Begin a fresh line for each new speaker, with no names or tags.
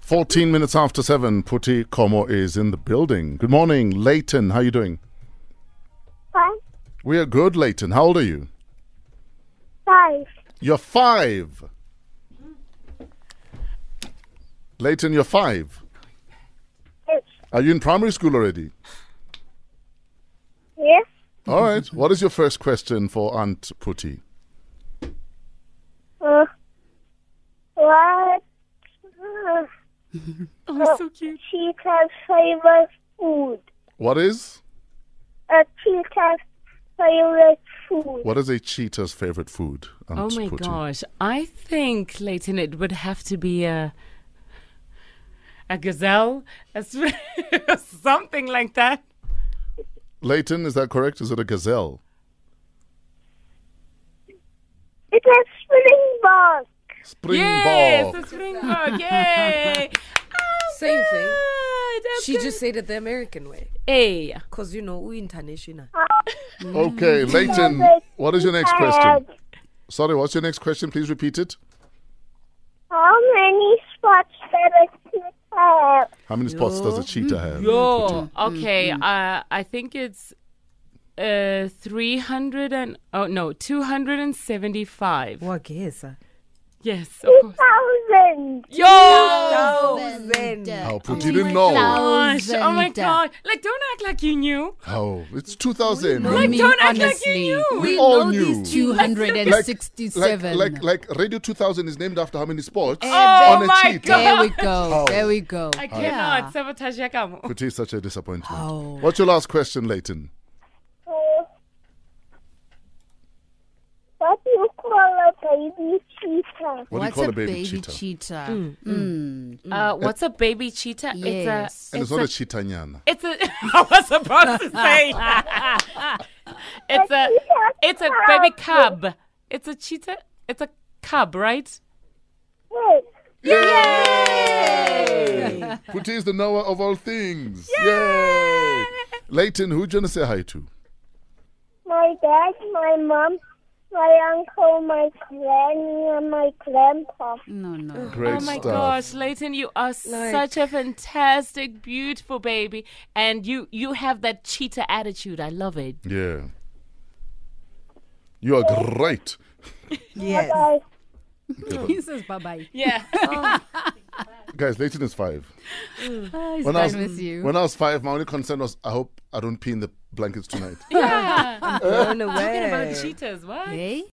14 minutes after 7, Putti Como is in the building. Good morning, Leighton. How are you doing?
Five.
We are good, Leighton. How old are you?
Five.
You're five. Leighton, you're five.
Six.
Are you in primary school already?
Yes.
All right. What is your first question for Aunt Putti?
Uh, what? Uh,
Oh, so cute.
teacher's favorite food.
What is?
A teacher's favorite food.
What is a cheetah's favorite food? Aunt
Oh my
Putti?
gosh. I think, Leighton, it would have to be a a gazelle, a sw- something like that.
Leighton, is that correct? Is it a gazelle?
It's a springbok.
Springbok.
yes, a springbok. Yay!
Same thing.
Good,
She
Ah, okay.
just said it the American way.
Hey.
Because, you know, we international.
Okay, Leighton, what is your next question?
And
Sorry, what's your next question? Please repeat it.
how many spots does a teacher have?
How many spots does a cheetah have?
Yo. Mm-hmm. Okay.
Mm-hmm.
Uh, I think it's uh 300 and oh no 275
Wageza.
yes of course
Thousand.
yo
How Putti didn't know.
gosh. oh my god like don't act like you knew
How? It's 2000.
I
like
mean,
don't act like
honestly.
you knew
We
We
all
know
knew.
these
Like-
267.
Like, like, like, Radio 2000 is named after how many spots?
Oh
on a
my
cheetah.
God.
there we
Oh.
go. There we go.
I cannot sabotage your camo.
Putti is such a disappointment.
How?
What's your last question, Leighton?
Uh, what do you call a baby cheetah?
What
What's
do you call
a
a baby, cheetah?
Mm. Uh, what's a baby cheetah?
Yes.
It's a.
And it's, not a cheetanyana.
It's a. I was supposed to say. it's a. It's a baby cub. It's a cheetah. It's a cub, right?
Wait,
Yay! Putti is the knower of all things. Yay! Leighton, who do you want to say hi to?
my dad, my mom, my uncle, my granny, and my grandpa.
No, no.
Great
oh my
stuff.
gosh, Leighton, you are such a fantastic, beautiful baby, and you you have that cheetah attitude. I love it.
Yeah. You are great.
Yes.
Bye.
He says bye bye.
Yeah.
Guys, Leighton is five.
He's
When I, was,
done with you.
when I was five, my only concern was I hope I don't pee in the blankets tonight.
yeah.
Blown away.
Talking about cheetahs, what?
Hey?